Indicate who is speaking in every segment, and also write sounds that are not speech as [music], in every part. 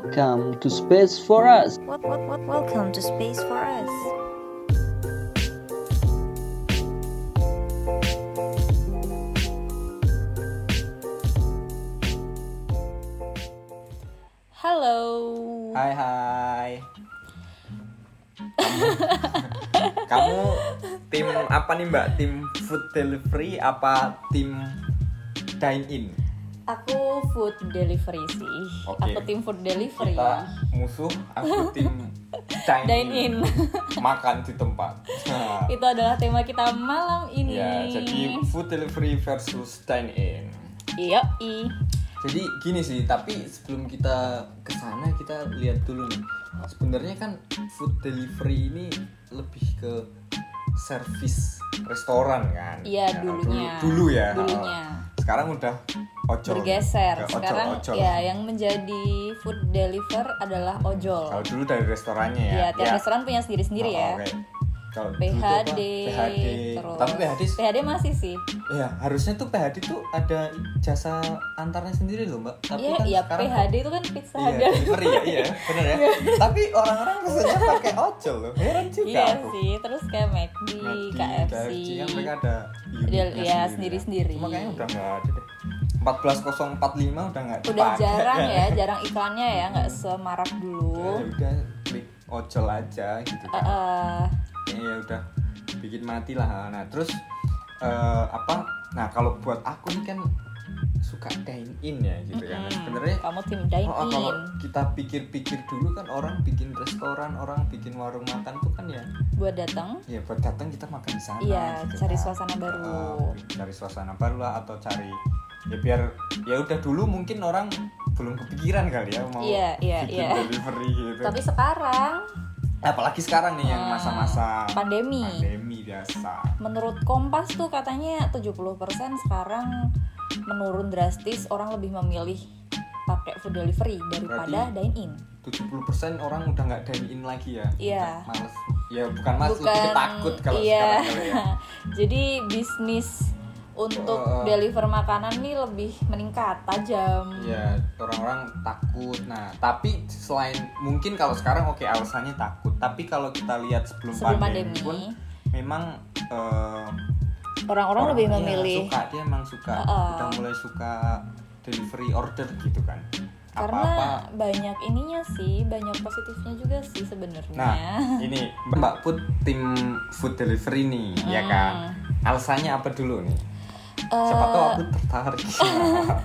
Speaker 1: Welcome to Space for Us.
Speaker 2: What, what, what, welcome to Space for Us. Halo.
Speaker 3: Hai hai. Kamu, kamu tim apa nih Mbak? Tim food delivery apa tim dine in?
Speaker 2: Aku food delivery sih.
Speaker 3: Oke.
Speaker 2: Aku tim food delivery. ya.
Speaker 3: Kita musuh, aku tim dine,
Speaker 2: iya. Dine in.
Speaker 3: Makan di tempat. Nah,
Speaker 2: Itu adalah tema kita malam [laughs] ini.
Speaker 3: ya, jadi food delivery versus dine in.
Speaker 2: Yoi.
Speaker 3: Jadi gini sih, tapi sebelum kita ke sana kita lihat dulu nih. Sebenarnya kan food delivery ini lebih ke service restoran kan.
Speaker 2: Iya,
Speaker 3: Ya,
Speaker 2: dulunya.
Speaker 3: Dulu, dulu ya.
Speaker 2: Dulunya.
Speaker 3: Sekarang udah ojol.
Speaker 2: bergeser
Speaker 3: Ke ojol,
Speaker 2: sekarang
Speaker 3: ojol.
Speaker 2: ya yang menjadi food deliver adalah
Speaker 3: Kalau
Speaker 2: ojol
Speaker 3: dulu dari restorannya ya.
Speaker 2: ya tiap
Speaker 3: Ya.
Speaker 2: restoran punya sendiri sendiri
Speaker 3: Oh,
Speaker 2: ya
Speaker 3: oke. Kalau dulu tuh apa?
Speaker 2: PHD,
Speaker 3: PHD.
Speaker 2: terus
Speaker 3: Tapi PHD,
Speaker 2: masih sih
Speaker 3: ya harusnya tuh PHD tuh ada jasa antarnya sendiri loh mbak. Tapi
Speaker 2: ya
Speaker 3: kan
Speaker 2: ya
Speaker 3: sekarang
Speaker 2: PHD itu kan pizza
Speaker 3: Iya,
Speaker 2: Hut.
Speaker 3: delivery ya, iya, bener ya. Tapi orang-orang pesennya pakai ojol loh, heran juga
Speaker 2: iya
Speaker 3: aku.
Speaker 2: sih terus kayak McD,
Speaker 3: Di
Speaker 2: KFC
Speaker 3: KFC yang mereka ada unitnya
Speaker 2: Del- ya,
Speaker 3: sendiri.
Speaker 2: sendiri-sendiri.
Speaker 3: Cuma kayaknya udah nggak ada deh. 14045 udah nggak
Speaker 2: udah
Speaker 3: dipakai.
Speaker 2: jarang
Speaker 3: [laughs]
Speaker 2: ya jarang iklannya ya nggak semarak
Speaker 3: Ya
Speaker 2: dulu
Speaker 3: udah klik ojol aja gitu.
Speaker 2: Eh,
Speaker 3: kan.
Speaker 2: eh,
Speaker 3: Kayaknya ya udah bikin mati lah. Nah terus eh, apa? Nah kalau buat aku nih kan suka dine in ya gitu kan. Nah,
Speaker 2: mm-mm.
Speaker 3: Sebenarnya
Speaker 2: kamu tim dine
Speaker 3: Oh, oh, kalau
Speaker 2: in
Speaker 3: kita pikir-pikir dulu kan orang bikin restoran, orang bikin warung makan tuh kan ya,
Speaker 2: buat datang
Speaker 3: ya buat datang kita makan di sana.
Speaker 2: Iya, cari
Speaker 3: kan.
Speaker 2: suasana baru.
Speaker 3: Eh, cari suasana baru lah atau cari ya biar ya udah dulu mungkin orang belum kepikiran kali ya mau
Speaker 2: Iya, iya,
Speaker 3: bikin
Speaker 2: iya.
Speaker 3: delivery gitu.
Speaker 2: tapi sekarang
Speaker 3: Apalagi sekarang nih yang
Speaker 2: Ah,
Speaker 3: masa-masa
Speaker 2: pandemi.
Speaker 3: pandemi biasa.
Speaker 2: menurut Kompas tuh katanya 70% sekarang menurun drastis orang lebih memilih pakai food delivery daripada dine
Speaker 3: Berarti-
Speaker 2: in.
Speaker 3: 70% orang udah nggak dine in lagi ya.
Speaker 2: Iya.
Speaker 3: Udah Males. Ya bukan males, lebih takut kalau
Speaker 2: iya.
Speaker 3: sekarang kali ya.
Speaker 2: [laughs] Jadi bisnis untuk
Speaker 3: Uh,
Speaker 2: deliver makanan nih lebih meningkat tajam.
Speaker 3: Ya orang-orang takut. Nah tapi selain mungkin kalau sekarang oke alasannya takut, tapi kalau kita lihat sebelum,
Speaker 2: Sebelum
Speaker 3: pandemi,
Speaker 2: pandemi.
Speaker 3: pun memang eh,
Speaker 2: Orang-orang lebih
Speaker 3: orangnya
Speaker 2: memilih
Speaker 3: suka dia emang suka
Speaker 2: Heeh.
Speaker 3: udah mulai suka delivery order gitu kan.
Speaker 2: karena
Speaker 3: Apa-apa.
Speaker 2: banyak ininya sih, banyak positifnya juga sih sebenarnya.
Speaker 3: Nah ini Mbak Put tim food delivery nih ya
Speaker 2: Hmm.
Speaker 3: kan. Alasannya apa dulu nih?
Speaker 2: Eh,
Speaker 3: Siapa tahu aku tertarik.
Speaker 2: [laughs]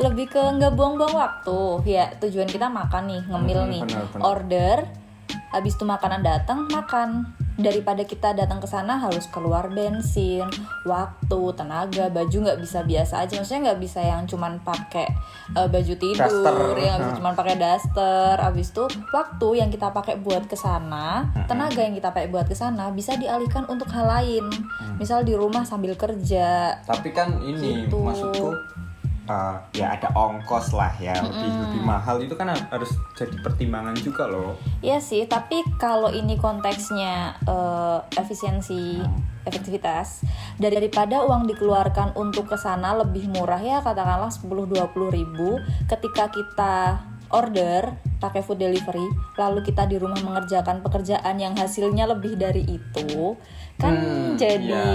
Speaker 2: lebih ke nggak buang-buang waktu ya tujuan kita makan nih ngemil
Speaker 3: Mm,
Speaker 2: nih
Speaker 3: benar, benar.
Speaker 2: order habis itu makanan datang makan daripada kita datang ke sana harus keluar bensin waktu tenaga baju nggak bisa biasa aja maksudnya nggak bisa yang cuman pakai eh, baju tidur
Speaker 3: Daster.
Speaker 2: yang bisa
Speaker 3: Nah.
Speaker 2: cuman pakai daster habis itu waktu yang kita pakai buat ke sana
Speaker 3: Hmm.
Speaker 2: tenaga yang kita pakai buat ke sana bisa dialihkan untuk hal lain
Speaker 3: Hmm.
Speaker 2: misal di rumah sambil kerja
Speaker 3: tapi kan ini
Speaker 2: Gitu.
Speaker 3: maksudku uh, ya ada ongkos lah ya lebih lebih mahal itu kan harus jadi pertimbangan juga loh
Speaker 2: Iya sih, tapi kalau ini konteksnya eh, efisiensi, efektivitas dari- daripada uang dikeluarkan untuk ke sana lebih murah ya katakanlah 10-20 ribu ketika kita order pakai food delivery lalu kita di rumah mengerjakan pekerjaan yang hasilnya lebih dari itu kan
Speaker 3: Hmm, iya.
Speaker 2: jadi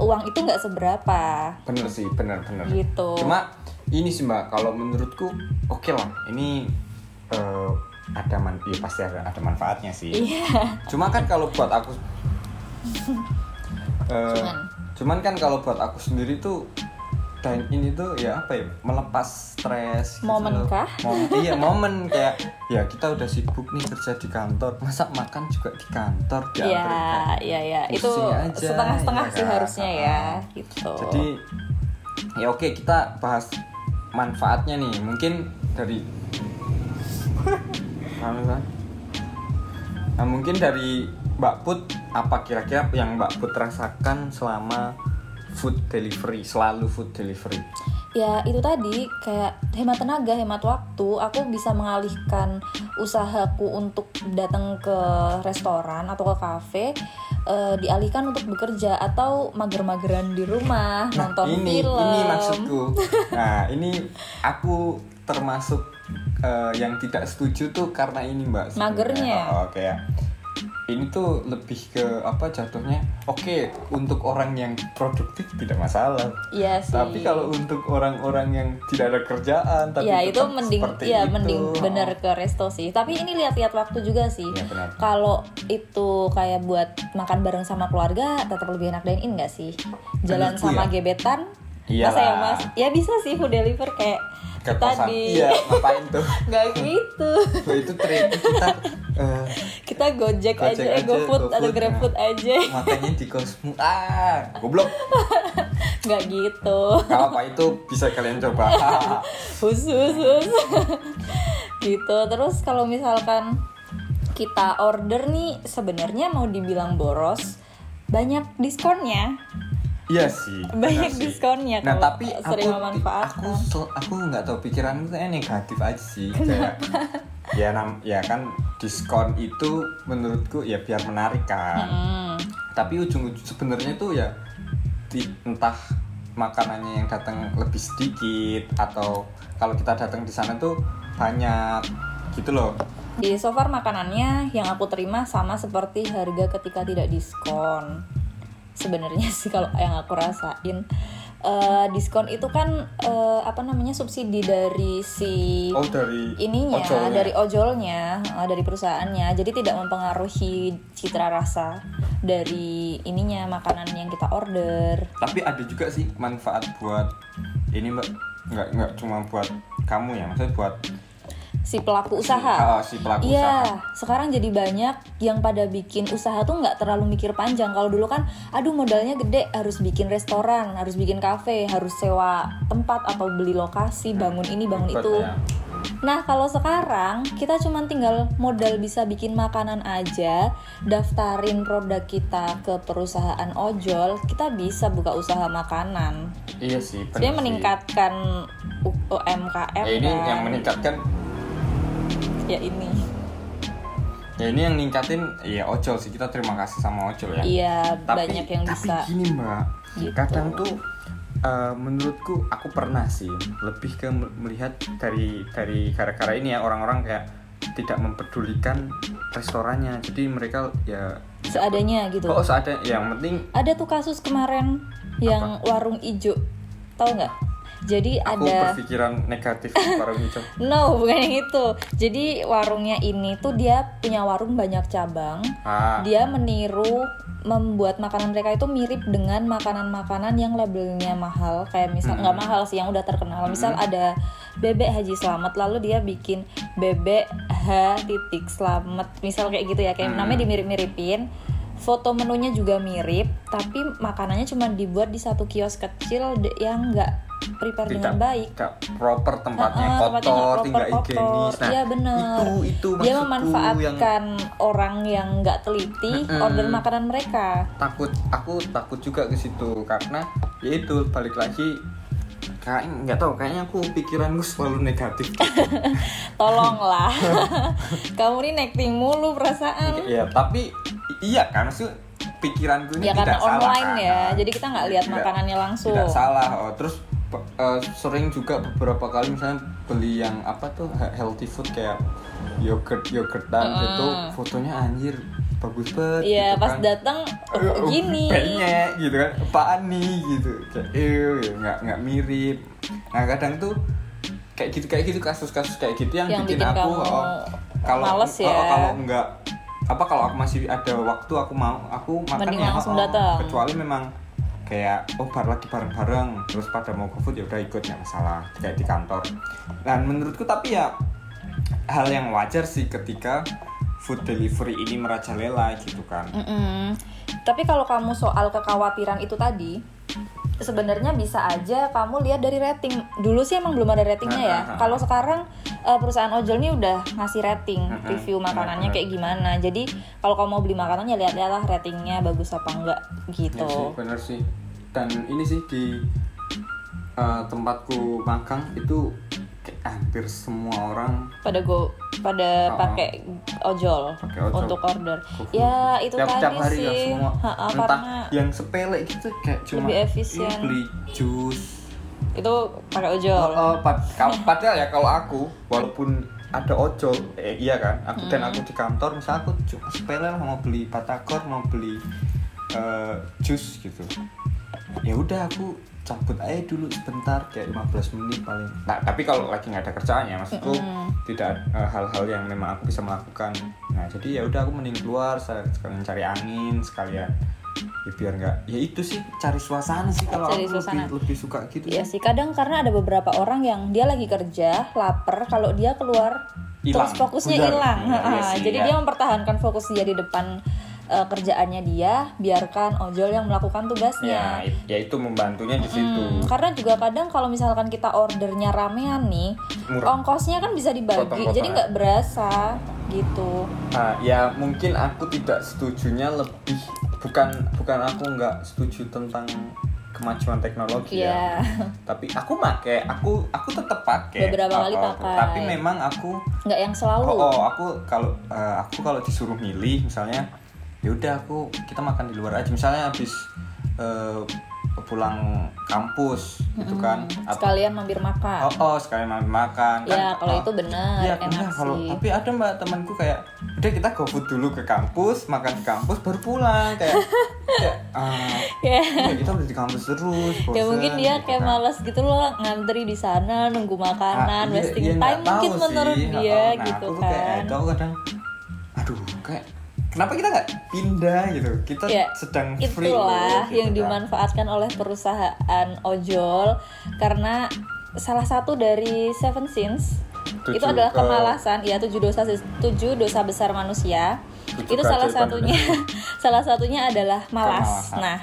Speaker 2: uang itu nggak seberapa
Speaker 3: bener sih bener bener
Speaker 2: gitu
Speaker 3: cuma ini sih mbak kalau menurutku oke lah ini uh, ada man ya pasti ada, ada manfaatnya sih
Speaker 2: Iya.
Speaker 3: cuma kan kalau buat aku uh,
Speaker 2: Cuman?
Speaker 3: cuman kan kalau buat aku sendiri tuh dine in itu ya apa ya melepas stres gitu
Speaker 2: Momen
Speaker 3: loh.
Speaker 2: kah?
Speaker 3: Mom-
Speaker 2: [laughs]
Speaker 3: iya momen kayak ya kita udah sibuk nih kerja di kantor masa makan juga di kantor di
Speaker 2: Iya,
Speaker 3: antri, kayak
Speaker 2: iya, iya. Itu
Speaker 3: pusing aja,
Speaker 2: setengah-setengah
Speaker 3: ya
Speaker 2: sih
Speaker 3: kan?
Speaker 2: harusnya ya,
Speaker 3: Ah.
Speaker 2: gitu.
Speaker 3: jadi ya oke kita bahas manfaatnya nih mungkin dari Paham, Bang? nah mungkin dari Mbak Put apa kira-kira yang Mbak Put rasakan selama food delivery selalu food delivery
Speaker 2: ya itu tadi kayak hemat tenaga hemat waktu aku bisa mengalihkan usahaku untuk datang ke restoran atau ke kafe eh, dialihkan untuk bekerja atau mager-mageran di rumah
Speaker 3: Nah,
Speaker 2: nonton
Speaker 3: ini
Speaker 2: film
Speaker 3: ini maksudku nah ini aku termasuk eh, yang tidak setuju tuh karena ini mbak. sebenarnya.
Speaker 2: Magernya.
Speaker 3: Oh, Oke ya. Ini tuh lebih ke apa jatuhnya? Oke untuk orang yang produktif tidak masalah.
Speaker 2: Iya sih.
Speaker 3: Tapi kalau untuk orang-orang yang tidak ada kerjaan, tapi
Speaker 2: ya itu
Speaker 3: tetap
Speaker 2: mending
Speaker 3: seperti
Speaker 2: ya
Speaker 3: itu. Oh,
Speaker 2: mending bener ke resto sih tapi ini lihat-lihat waktu juga sih
Speaker 3: Iya, benar.
Speaker 2: kalau itu kayak buat makan bareng sama keluarga tetap lebih enak dine in nggak sih jalan
Speaker 3: Menurutku
Speaker 2: sama
Speaker 3: ya.
Speaker 2: gebetan
Speaker 3: Iyalah.
Speaker 2: masa ya mas ya bisa sih food deliver kayak
Speaker 3: Iya. Ke
Speaker 2: kita
Speaker 3: kosan.
Speaker 2: di
Speaker 3: Iya, ngapain tuh?
Speaker 2: [laughs] nggak gitu
Speaker 3: Tuh, itu trik kita eh,
Speaker 2: kita gojek,
Speaker 3: Gojek
Speaker 2: aja,
Speaker 3: aja,
Speaker 2: eh, GoFood atau
Speaker 3: GoFood, Iya.
Speaker 2: GrabFood aja
Speaker 3: makanya di kosmu ah goblok
Speaker 2: nggak gitu
Speaker 3: kalau apa itu bisa kalian
Speaker 2: [laughs]
Speaker 3: coba Ah,
Speaker 2: khusus gitu terus kalau misalkan kita order nih sebenarnya mau dibilang boros banyak diskonnya
Speaker 3: iya sih
Speaker 2: Banyak
Speaker 3: benar sih.
Speaker 2: diskonnya
Speaker 3: nah
Speaker 2: kalau
Speaker 3: tapi
Speaker 2: sering
Speaker 3: aku
Speaker 2: memanfaatkan.
Speaker 3: aku sel- aku nggak tahu pikiran itu negatif aja sih kayak ya nam ya kan diskon itu menurutku ya biar menarik kan
Speaker 2: hmm,
Speaker 3: tapi ujung ujung sebenarnya tuh ya di- entah makanannya yang datang lebih sedikit atau kalau kita datang di sana tuh banyak gitu loh
Speaker 2: di so far makanannya yang aku terima sama seperti harga ketika tidak diskon sebenarnya sih kalau yang aku rasain Eh, diskon itu kan eh, apa namanya subsidi dari si
Speaker 3: oh dari
Speaker 2: ininya
Speaker 3: ojolnya.
Speaker 2: dari ojolnya eh, dari perusahaannya jadi tidak mempengaruhi citra rasa dari ininya makanan yang kita order
Speaker 3: tapi ada juga sih manfaat buat ini mbak nggak nggak cuma buat kamu ya maksudnya buat
Speaker 2: si pelaku
Speaker 3: Ah,
Speaker 2: usaha
Speaker 3: si pelaku usaha
Speaker 2: Iya, sekarang jadi banyak yang pada bikin usaha tuh nggak terlalu mikir panjang. Kalau dulu kan, aduh modalnya gede, harus bikin restoran, harus bikin kafe, harus sewa tempat atau beli lokasi, bangun ini, bangun
Speaker 3: Hebat
Speaker 2: itu.
Speaker 3: ya.
Speaker 2: Nah, kalau sekarang kita cuman tinggal modal bisa bikin makanan aja, daftarin produk kita ke perusahaan ojol, kita bisa buka usaha makanan.
Speaker 3: iya sih bener
Speaker 2: Dia
Speaker 3: sih.
Speaker 2: meningkatkan U- UMKM
Speaker 3: ya, ini
Speaker 2: kan.
Speaker 3: yang meningkatkan
Speaker 2: Ya ini.
Speaker 3: ya ini yang ningkatin ya ojol sih kita terima kasih sama ojol ya
Speaker 2: Iya,
Speaker 3: tapi,
Speaker 2: banyak yang
Speaker 3: tapi
Speaker 2: bisa.
Speaker 3: gini mbak
Speaker 2: Gitu.
Speaker 3: kadang tuh eh, menurutku aku pernah sih lebih ke me- melihat dari dari gara-gara ini ya orang-orang kayak tidak mempedulikan restorannya jadi mereka ya
Speaker 2: Seadanya gitu.
Speaker 3: oh seada yang penting
Speaker 2: Ada tuh kasus kemarin yang warung ijo. Tahu nggak? Jadi
Speaker 3: aku
Speaker 2: ada
Speaker 3: berpikiran negatif di warung
Speaker 2: [laughs]
Speaker 3: hijau
Speaker 2: No, bukan yang itu. Jadi warungnya ini tuh dia punya warung banyak cabang.
Speaker 3: ah
Speaker 2: Dia meniru membuat makanan mereka itu mirip dengan makanan-makanan yang labelnya mahal. Kayak misal
Speaker 3: Mm.
Speaker 2: nggak mahal sih yang udah terkenal.
Speaker 3: Hmm.
Speaker 2: Misal ada bebek Haji Slamet lalu dia bikin bebek H titik Slamet. Misal kayak gitu ya, kayak
Speaker 3: Mm.
Speaker 2: namanya dimirip-miripin. Foto menunya juga mirip, tapi makanannya cuma dibuat di satu kios kecil de- yang nggak prepare dengan
Speaker 3: tidak
Speaker 2: baik.
Speaker 3: tidak proper tempatnya
Speaker 2: Heeh, tempatnya nggak
Speaker 3: kotor
Speaker 2: proper,
Speaker 3: tidak
Speaker 2: kotor.
Speaker 3: higienis nah
Speaker 2: Iya, bener.
Speaker 3: itu itu
Speaker 2: dia
Speaker 3: maksudku yang Hmm.
Speaker 2: memanfaatkan orang yang nggak teliti
Speaker 3: Mm-mm.
Speaker 2: order makanan mereka
Speaker 3: takut aku takut juga ke situ karena ya itu balik lagi kayaknya nggak tahu kayaknya aku pikiranku selalu
Speaker 2: [laughs]
Speaker 3: negatif
Speaker 2: tolonglah [laughs] kamu nih nekting mulu perasaan
Speaker 3: ya tapi i- iya kan maksud pikiranku ini
Speaker 2: ya
Speaker 3: tidak
Speaker 2: karena
Speaker 3: salah
Speaker 2: online
Speaker 3: kan.
Speaker 2: ya jadi kita nggak lihat
Speaker 3: Tidak-
Speaker 2: makanannya langsung
Speaker 3: tidak salah oh, terus pe- eh, sering juga beberapa kali misalnya beli yang apa tuh he- healthy food kayak yogurt yogurtan
Speaker 2: Mm.
Speaker 3: gitu fotonya anjir bagus banget
Speaker 2: Iya
Speaker 3: gitu
Speaker 2: pas
Speaker 3: kan.
Speaker 2: datang oh,
Speaker 3: [laughs] Eh, eh,
Speaker 2: gini
Speaker 3: penyek gitu kan apaan nih gitu kayak "Ew," gitu, nggak nggak mirip nah kadang tuh kayak gitu kayak gitu kasus-kasus kayak gitu yang,
Speaker 2: Yang
Speaker 3: bikin,
Speaker 2: bikin
Speaker 3: aku
Speaker 2: kamu
Speaker 3: oh, kalau
Speaker 2: males ya.
Speaker 3: oh, kalau nggak apa kalau aku masih ada waktu aku mau aku makan
Speaker 2: Mending
Speaker 3: ya
Speaker 2: langsung
Speaker 3: oh,
Speaker 2: datang.
Speaker 3: kecuali memang kayak oh bar lagi bareng-bareng terus pada mau ke food ya udah ikut nggak masalah kayak di kantor dan menurutku tapi ya hal yang wajar sih ketika food delivery ini merajalela gitu kan
Speaker 2: Mm-mm. tapi kalau kamu soal kekhawatiran itu tadi sebenarnya bisa aja kamu lihat dari rating dulu sih emang belum ada ratingnya ya
Speaker 3: Ah, ah, ah.
Speaker 2: kalau sekarang eh, perusahaan ojol ini udah ngasih rating
Speaker 3: Ah, ah.
Speaker 2: review makanannya
Speaker 3: Benar-benar.
Speaker 2: kayak gimana jadi kalau kamu mau beli makanan ya lihat-lihat lah ratingnya bagus apa enggak
Speaker 3: Iya sih,
Speaker 2: gitu
Speaker 3: bener sih. Dan ini sih di eh, tempatku magang itu kayak hampir semua orang
Speaker 2: pada go pada
Speaker 3: Ah, ah.
Speaker 2: pakai ojol,
Speaker 3: Pakai ojol.
Speaker 2: untuk order
Speaker 3: GoFood.
Speaker 2: ya itu
Speaker 3: tiap,
Speaker 2: tadi
Speaker 3: tiap hari ya
Speaker 2: sih
Speaker 3: semua
Speaker 2: Ha, ah,
Speaker 3: entah
Speaker 2: karena
Speaker 3: yang sepele gitu kayak cuma
Speaker 2: Lebih efisien.
Speaker 3: "Ih, beli jus
Speaker 2: itu pakai ojol
Speaker 3: Ah, Oh, oh, pad- ka- padahal ya kalau aku walaupun ada ojol eh, iya kan aku dan aku di kantor misal aku cuma sepele lah mau beli batagor mau beli eh, jus gitu ya udah aku cabut aja dulu sebentar kayak 15 menit paling nah, tapi kalau lagi nggak ada kerjaan ya maksudku tidak eh, hal-hal yang memang aku bisa melakukan nah jadi ya udah aku mending keluar sa- sekalian cari angin sekalian ya biar nggak ya itu sih cari suasana sih kalau
Speaker 2: Cari
Speaker 3: aku
Speaker 2: suasana.
Speaker 3: lebih lebih suka gitu
Speaker 2: Iya sih, kadang karena ada beberapa orang yang dia lagi kerja, lapar, kalau dia keluar
Speaker 3: Hilang.
Speaker 2: terus fokusnya
Speaker 3: Benar.
Speaker 2: hilang.
Speaker 3: Iya, iya
Speaker 2: Ha,
Speaker 3: sih,
Speaker 2: Jadi
Speaker 3: iya.
Speaker 2: dia mempertahankan fokus dia di depan eh, kerjaannya dia, biarkan ojol yang melakukan tugasnya.
Speaker 3: ya, it- ya itu membantunya di situ
Speaker 2: Hmm, karena juga kadang kalau misalkan kita ordernya ramean nih,
Speaker 3: Murah.
Speaker 2: ongkosnya kan bisa dibagi,
Speaker 3: Potong-potongan.
Speaker 2: jadi nggak berasa gitu.
Speaker 3: Ah, ya mungkin aku tidak setujunya lebih bukan bukan aku nggak setuju tentang kemajuan teknologi
Speaker 2: Iya.
Speaker 3: ya. Tapi aku pakai, aku aku tetap pakai.
Speaker 2: Beberapa
Speaker 3: Oh,
Speaker 2: kali
Speaker 3: oh,
Speaker 2: pakai.
Speaker 3: Tapi memang aku
Speaker 2: Nggak yang selalu.
Speaker 3: oh, oh, aku kalau eh, aku kalau disuruh milih misalnya ya udah aku kita makan di luar aja misalnya habis eh, pulang kampus gitu kan.
Speaker 2: Hmm,
Speaker 3: Ap-
Speaker 2: sekalian mampir makan.
Speaker 3: Oh, oh sekalian mampir makan kan.
Speaker 2: ya kalau
Speaker 3: oh.
Speaker 2: itu benar,
Speaker 3: Iya
Speaker 2: enak
Speaker 3: benar kalau
Speaker 2: sih.
Speaker 3: tapi ada mbak temanku kayak udah kita go food dulu ke kampus makan di kampus baru pulang kayak kayak ah,
Speaker 2: Ya.
Speaker 3: iya, kita udah di kampus terus
Speaker 2: ya
Speaker 3: bosen,
Speaker 2: mungkin dia
Speaker 3: gitu
Speaker 2: kayak
Speaker 3: kan.
Speaker 2: malas gitu loh ngantri di sana nunggu makanan
Speaker 3: Ah, iya,
Speaker 2: wasting
Speaker 3: iya, nggak
Speaker 2: time mungkin
Speaker 3: tahu
Speaker 2: menurut
Speaker 3: sih.
Speaker 2: dia
Speaker 3: Nah,
Speaker 2: gitu
Speaker 3: aku tuh
Speaker 2: kan
Speaker 3: kayak, eh, itu aku kadang aduh kayak kenapa kita nggak pindah gitu kita
Speaker 2: Ya,
Speaker 3: sedang free
Speaker 2: itulah
Speaker 3: gitu
Speaker 2: yang
Speaker 3: kan.
Speaker 2: dimanfaatkan oleh perusahaan ojol karena salah satu dari seven sins itu
Speaker 3: Tujuh
Speaker 2: adalah
Speaker 3: ke-
Speaker 2: kemalasan ya tujuh dosa tujuh dosa besar manusia
Speaker 3: Tujuh
Speaker 2: itu salah
Speaker 3: keajaiban
Speaker 2: satunya [laughs] salah satunya adalah malas
Speaker 3: Kemalasan.
Speaker 2: nah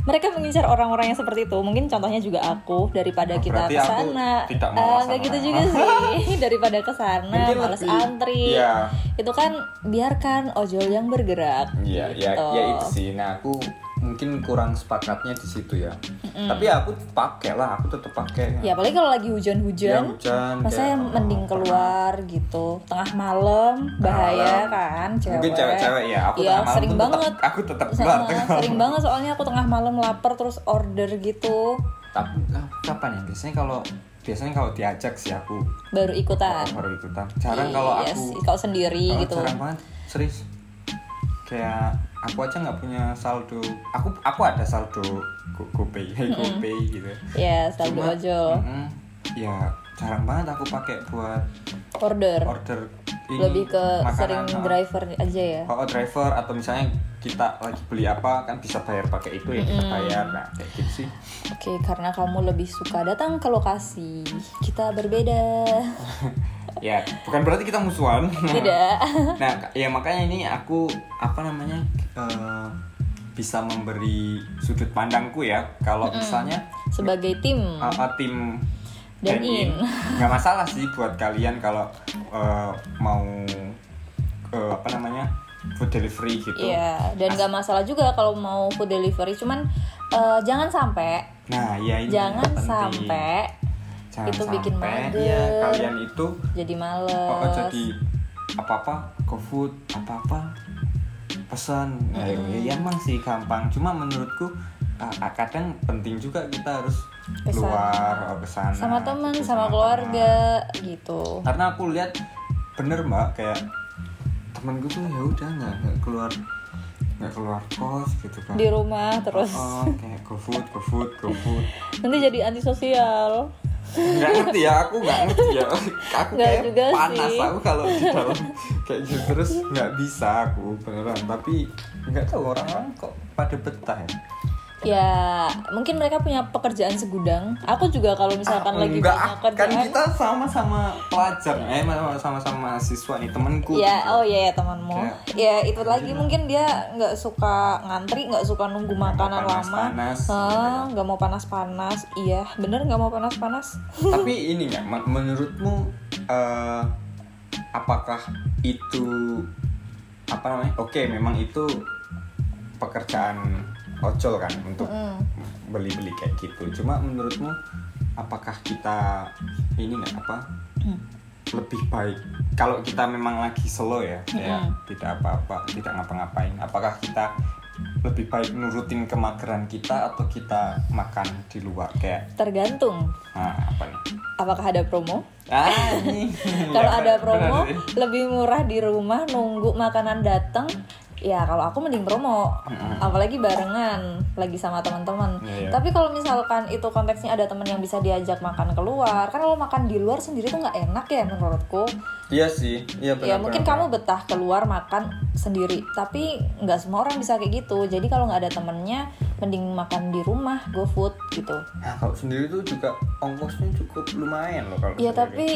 Speaker 2: mereka mengincar orang-orang yang seperti itu mungkin contohnya juga aku daripada
Speaker 3: Oh,
Speaker 2: kita ke
Speaker 3: berarti aku
Speaker 2: sana
Speaker 3: tidak
Speaker 2: Ah,
Speaker 3: malas
Speaker 2: nggak
Speaker 3: sama
Speaker 2: gitu
Speaker 3: orang.
Speaker 2: juga
Speaker 3: [laughs]
Speaker 2: sih daripada ke sana
Speaker 3: Mungkin
Speaker 2: malas
Speaker 3: lebih-
Speaker 2: antri
Speaker 3: Iya.
Speaker 2: itu kan biarkan ojol yang bergerak
Speaker 3: Iya, ya,
Speaker 2: gitu.
Speaker 3: ya itu sih. Nah, aku mungkin kurang sepakatnya di situ ya. Tapi aku pakai lah, aku tetap pakai.
Speaker 2: Ya apalagi kalau lagi
Speaker 3: Ya,
Speaker 2: hujan-hujan,
Speaker 3: hujan,
Speaker 2: masa
Speaker 3: kayak,
Speaker 2: yang
Speaker 3: oh,
Speaker 2: mending keluar gitu tengah malam bahaya
Speaker 3: Malam.
Speaker 2: kan cewek.
Speaker 3: Mungkin cewek-cewek ya, aku
Speaker 2: Iya,
Speaker 3: tengah malam
Speaker 2: sering
Speaker 3: pun
Speaker 2: banget.
Speaker 3: tetap, aku tetap
Speaker 2: Sa-
Speaker 3: [laughs] keluar. tengah
Speaker 2: sering
Speaker 3: malam.
Speaker 2: banget soalnya aku tengah malam lapar terus order gitu
Speaker 3: Tapi ah, kapan ya? Biasanya kalau biasanya kalau diajak sih aku
Speaker 2: baru ikutan. Iya,
Speaker 3: baru ikutan. Jarang kalau
Speaker 2: Yes,
Speaker 3: aku
Speaker 2: kalau sendiri
Speaker 3: kalau
Speaker 2: gitu.
Speaker 3: jarang banget serius. Kayak aku aja nggak punya saldo. Aku aku ada saldo Go- GoPay, [laughs] GoPay gitu.
Speaker 2: Ya, saldo
Speaker 3: Cuma,
Speaker 2: ojol.
Speaker 3: mm-mm, ya jarang banget aku pakai buat
Speaker 2: Order.
Speaker 3: order ini
Speaker 2: Lebih ke sering
Speaker 3: makanan.
Speaker 2: driver aja ya.
Speaker 3: Oh, oh, driver atau misalnya kita lagi beli apa kan bisa bayar pakai itu ya kita bayar nah kayak gitu sih
Speaker 2: Oke, karena kamu lebih suka datang ke lokasi. Kita berbeda.
Speaker 3: [laughs] ya bukan berarti kita musuhan
Speaker 2: Tidak.
Speaker 3: [laughs] nah ya makanya ini aku apa namanya eh, bisa memberi sudut pandangku ya kalau misalnya
Speaker 2: Sebagai tim.
Speaker 3: uh, uh, tim
Speaker 2: Dan
Speaker 3: dan
Speaker 2: in. [laughs]
Speaker 3: in nggak masalah sih buat kalian kalau uh, mau uh, apa namanya food delivery gitu
Speaker 2: Iya, dan gak masalah juga kalau mau food delivery, cuman eh, jangan sampai,
Speaker 3: nah ya ini
Speaker 2: jangan
Speaker 3: penting.
Speaker 2: sampai
Speaker 3: Jangan
Speaker 2: itu bikin
Speaker 3: sampai
Speaker 2: mager.
Speaker 3: ya kalian itu
Speaker 2: jadi males.
Speaker 3: oh, oh, jadi apa apa GoFood apa apa pesan Nah, ya,
Speaker 2: Hmm.
Speaker 3: ya emang sih gampang cuma menurutku uh, uh, kadang penting juga kita harus
Speaker 2: Pesan.
Speaker 3: keluar eh, pesan Nah,
Speaker 2: sama teman, sama, keluarga gitu.
Speaker 3: karena aku lihat bener mbak kayak temen gue tuh ya udah nggak nggak keluar nggak keluar kos gitu kan
Speaker 2: Di rumah terus.
Speaker 3: oh, kayak go food go food go food
Speaker 2: Nanti jadi antisosial.
Speaker 3: nggak ngerti ya aku nggak ngerti ya aku
Speaker 2: Nggak
Speaker 3: kayak
Speaker 2: juga
Speaker 3: panas
Speaker 2: sih.
Speaker 3: aku kalau di dalam kayak gitu terus nggak bisa aku beneran tapi nggak tahu orang-orang kok pada betah ya
Speaker 2: Ya, mungkin mereka punya pekerjaan segudang. Aku juga kalau misalkan
Speaker 3: Ah,
Speaker 2: lagi
Speaker 3: enggak,
Speaker 2: punya
Speaker 3: ah, kan
Speaker 2: kerjaan.
Speaker 3: kita sama-sama pelajar eh sama-sama mahasiswa nih temanku
Speaker 2: Ya,
Speaker 3: gitu.
Speaker 2: oh ya ya temanmu.
Speaker 3: Kayak-
Speaker 2: Ya itu lagi mungkin dia nggak suka ngantri, nggak suka nunggu
Speaker 3: Nggak mau
Speaker 2: makanan lama.
Speaker 3: panas-panas,
Speaker 2: Hah,
Speaker 3: gitu ya.
Speaker 2: nggak mau panas-panas. Iya, bener nggak mau panas-panas.
Speaker 3: Tapi ini nggak, men- menurutmu eh, apakah itu apa namanya? Oke, memang itu pekerjaan ojol kan untuk beli-beli kayak gitu. Cuma menurutmu apakah kita ini nggak apa lebih baik kalau kita memang lagi slow ya, ya tidak apa-apa, tidak ngapa-ngapain. Apakah kita lebih baik nurutin kemageran kita atau kita makan di luar kayak
Speaker 2: Tergantung.
Speaker 3: ah, apa nih?
Speaker 2: apakah ada
Speaker 3: [laughs]
Speaker 2: promo?
Speaker 3: Ah, ini.
Speaker 2: Kalau ada promo
Speaker 3: Benar sih.
Speaker 2: lebih murah di rumah nunggu makanan dateng. Ya kalau aku mending promo, apalagi barengan lagi sama teman-teman.
Speaker 3: Iya, iya.
Speaker 2: Tapi kalau misalkan itu konteksnya ada teman yang bisa diajak makan keluar, kan kalau makan di luar sendiri tuh nggak enak ya menurutku.
Speaker 3: Iya sih. Iya
Speaker 2: ya
Speaker 3: benar.
Speaker 2: mungkin kamu betah keluar makan sendiri, tapi nggak semua orang bisa kayak gitu. Jadi kalau nggak ada temennya, mending makan di rumah, go food gitu.
Speaker 3: Nah, kalau sendiri tuh juga ongkosnya cukup lumayan loh kalau.
Speaker 2: Ya
Speaker 3: sendiri.
Speaker 2: tapi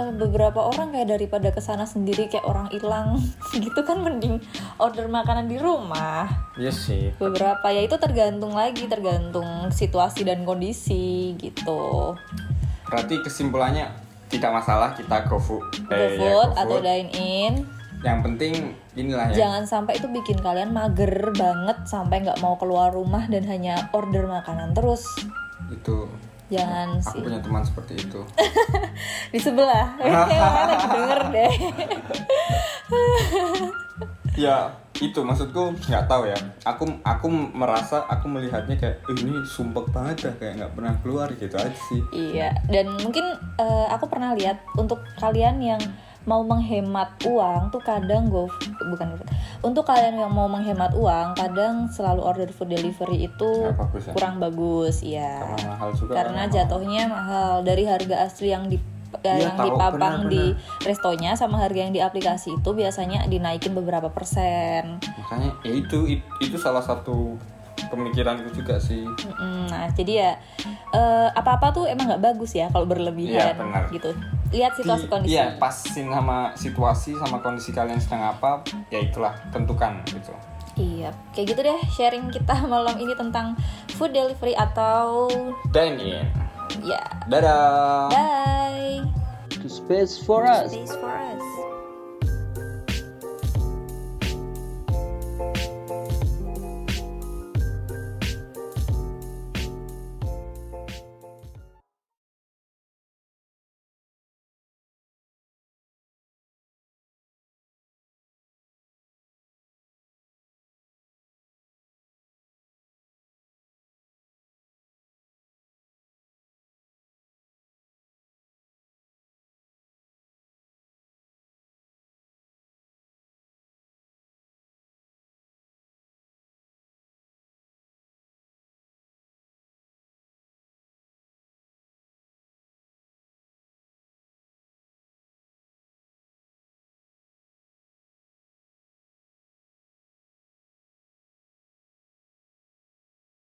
Speaker 2: eh, beberapa orang kayak daripada kesana sendiri kayak orang hilang [laughs] gitu kan mending order makanan di rumah.
Speaker 3: Iya sih.
Speaker 2: Beberapa ya itu tergantung lagi tergantung situasi dan kondisi gitu.
Speaker 3: Berarti kesimpulannya tidak masalah kita GoFood. Eh, ya,
Speaker 2: GoFood atau
Speaker 3: GoFood.
Speaker 2: dine in.
Speaker 3: Yang penting inilah ya.
Speaker 2: Jangan sampai itu bikin kalian mager banget sampai nggak mau keluar rumah dan hanya order makanan terus.
Speaker 3: Itu.
Speaker 2: Jangan
Speaker 3: Aku
Speaker 2: sih.
Speaker 3: punya teman seperti itu.
Speaker 2: Di
Speaker 3: [laughs]
Speaker 2: sebelah. [laughs] Mana denger deh.
Speaker 3: ya itu maksudku nggak tahu ya. Aku aku merasa aku melihatnya kayak "Eh, ini sumpek banget dah kayak nggak pernah keluar gitu aja sih.
Speaker 2: Iya, dan mungkin eh, aku pernah lihat untuk kalian yang mau menghemat uang tuh kadang go bukan GoFood. untuk kalian yang mau menghemat uang kadang selalu order food delivery itu
Speaker 3: Nggak bagus ya.
Speaker 2: kurang bagus ya
Speaker 3: Karena mahal juga. kan.
Speaker 2: karena
Speaker 3: mahal.
Speaker 2: jatuhnya mahal dari harga asli yang di eh,
Speaker 3: Iya,
Speaker 2: yang
Speaker 3: tahu,
Speaker 2: dipapang
Speaker 3: benar,
Speaker 2: di restonya sama harga yang di aplikasi itu biasanya dinaikin beberapa persen.
Speaker 3: Makanya ya itu it- itu salah satu pemikiranku juga sih.
Speaker 2: Mm, Nah, jadi ya eh, apa-apa tuh emang nggak bagus ya kalau berlebihan
Speaker 3: Iya, benar.
Speaker 2: gitu. Lihat situasi
Speaker 3: Di-
Speaker 2: kondisi.
Speaker 3: Iya, pasin sama situasi sama kondisi kalian sedang apa, ya itulah tentukan gitu.
Speaker 2: Iya, kayak gitu deh sharing kita [laughs] malam ini tentang food delivery atau
Speaker 3: Dan in.
Speaker 2: ya.
Speaker 3: Dadah.
Speaker 2: Bye.
Speaker 1: To space for us.
Speaker 2: Space for us.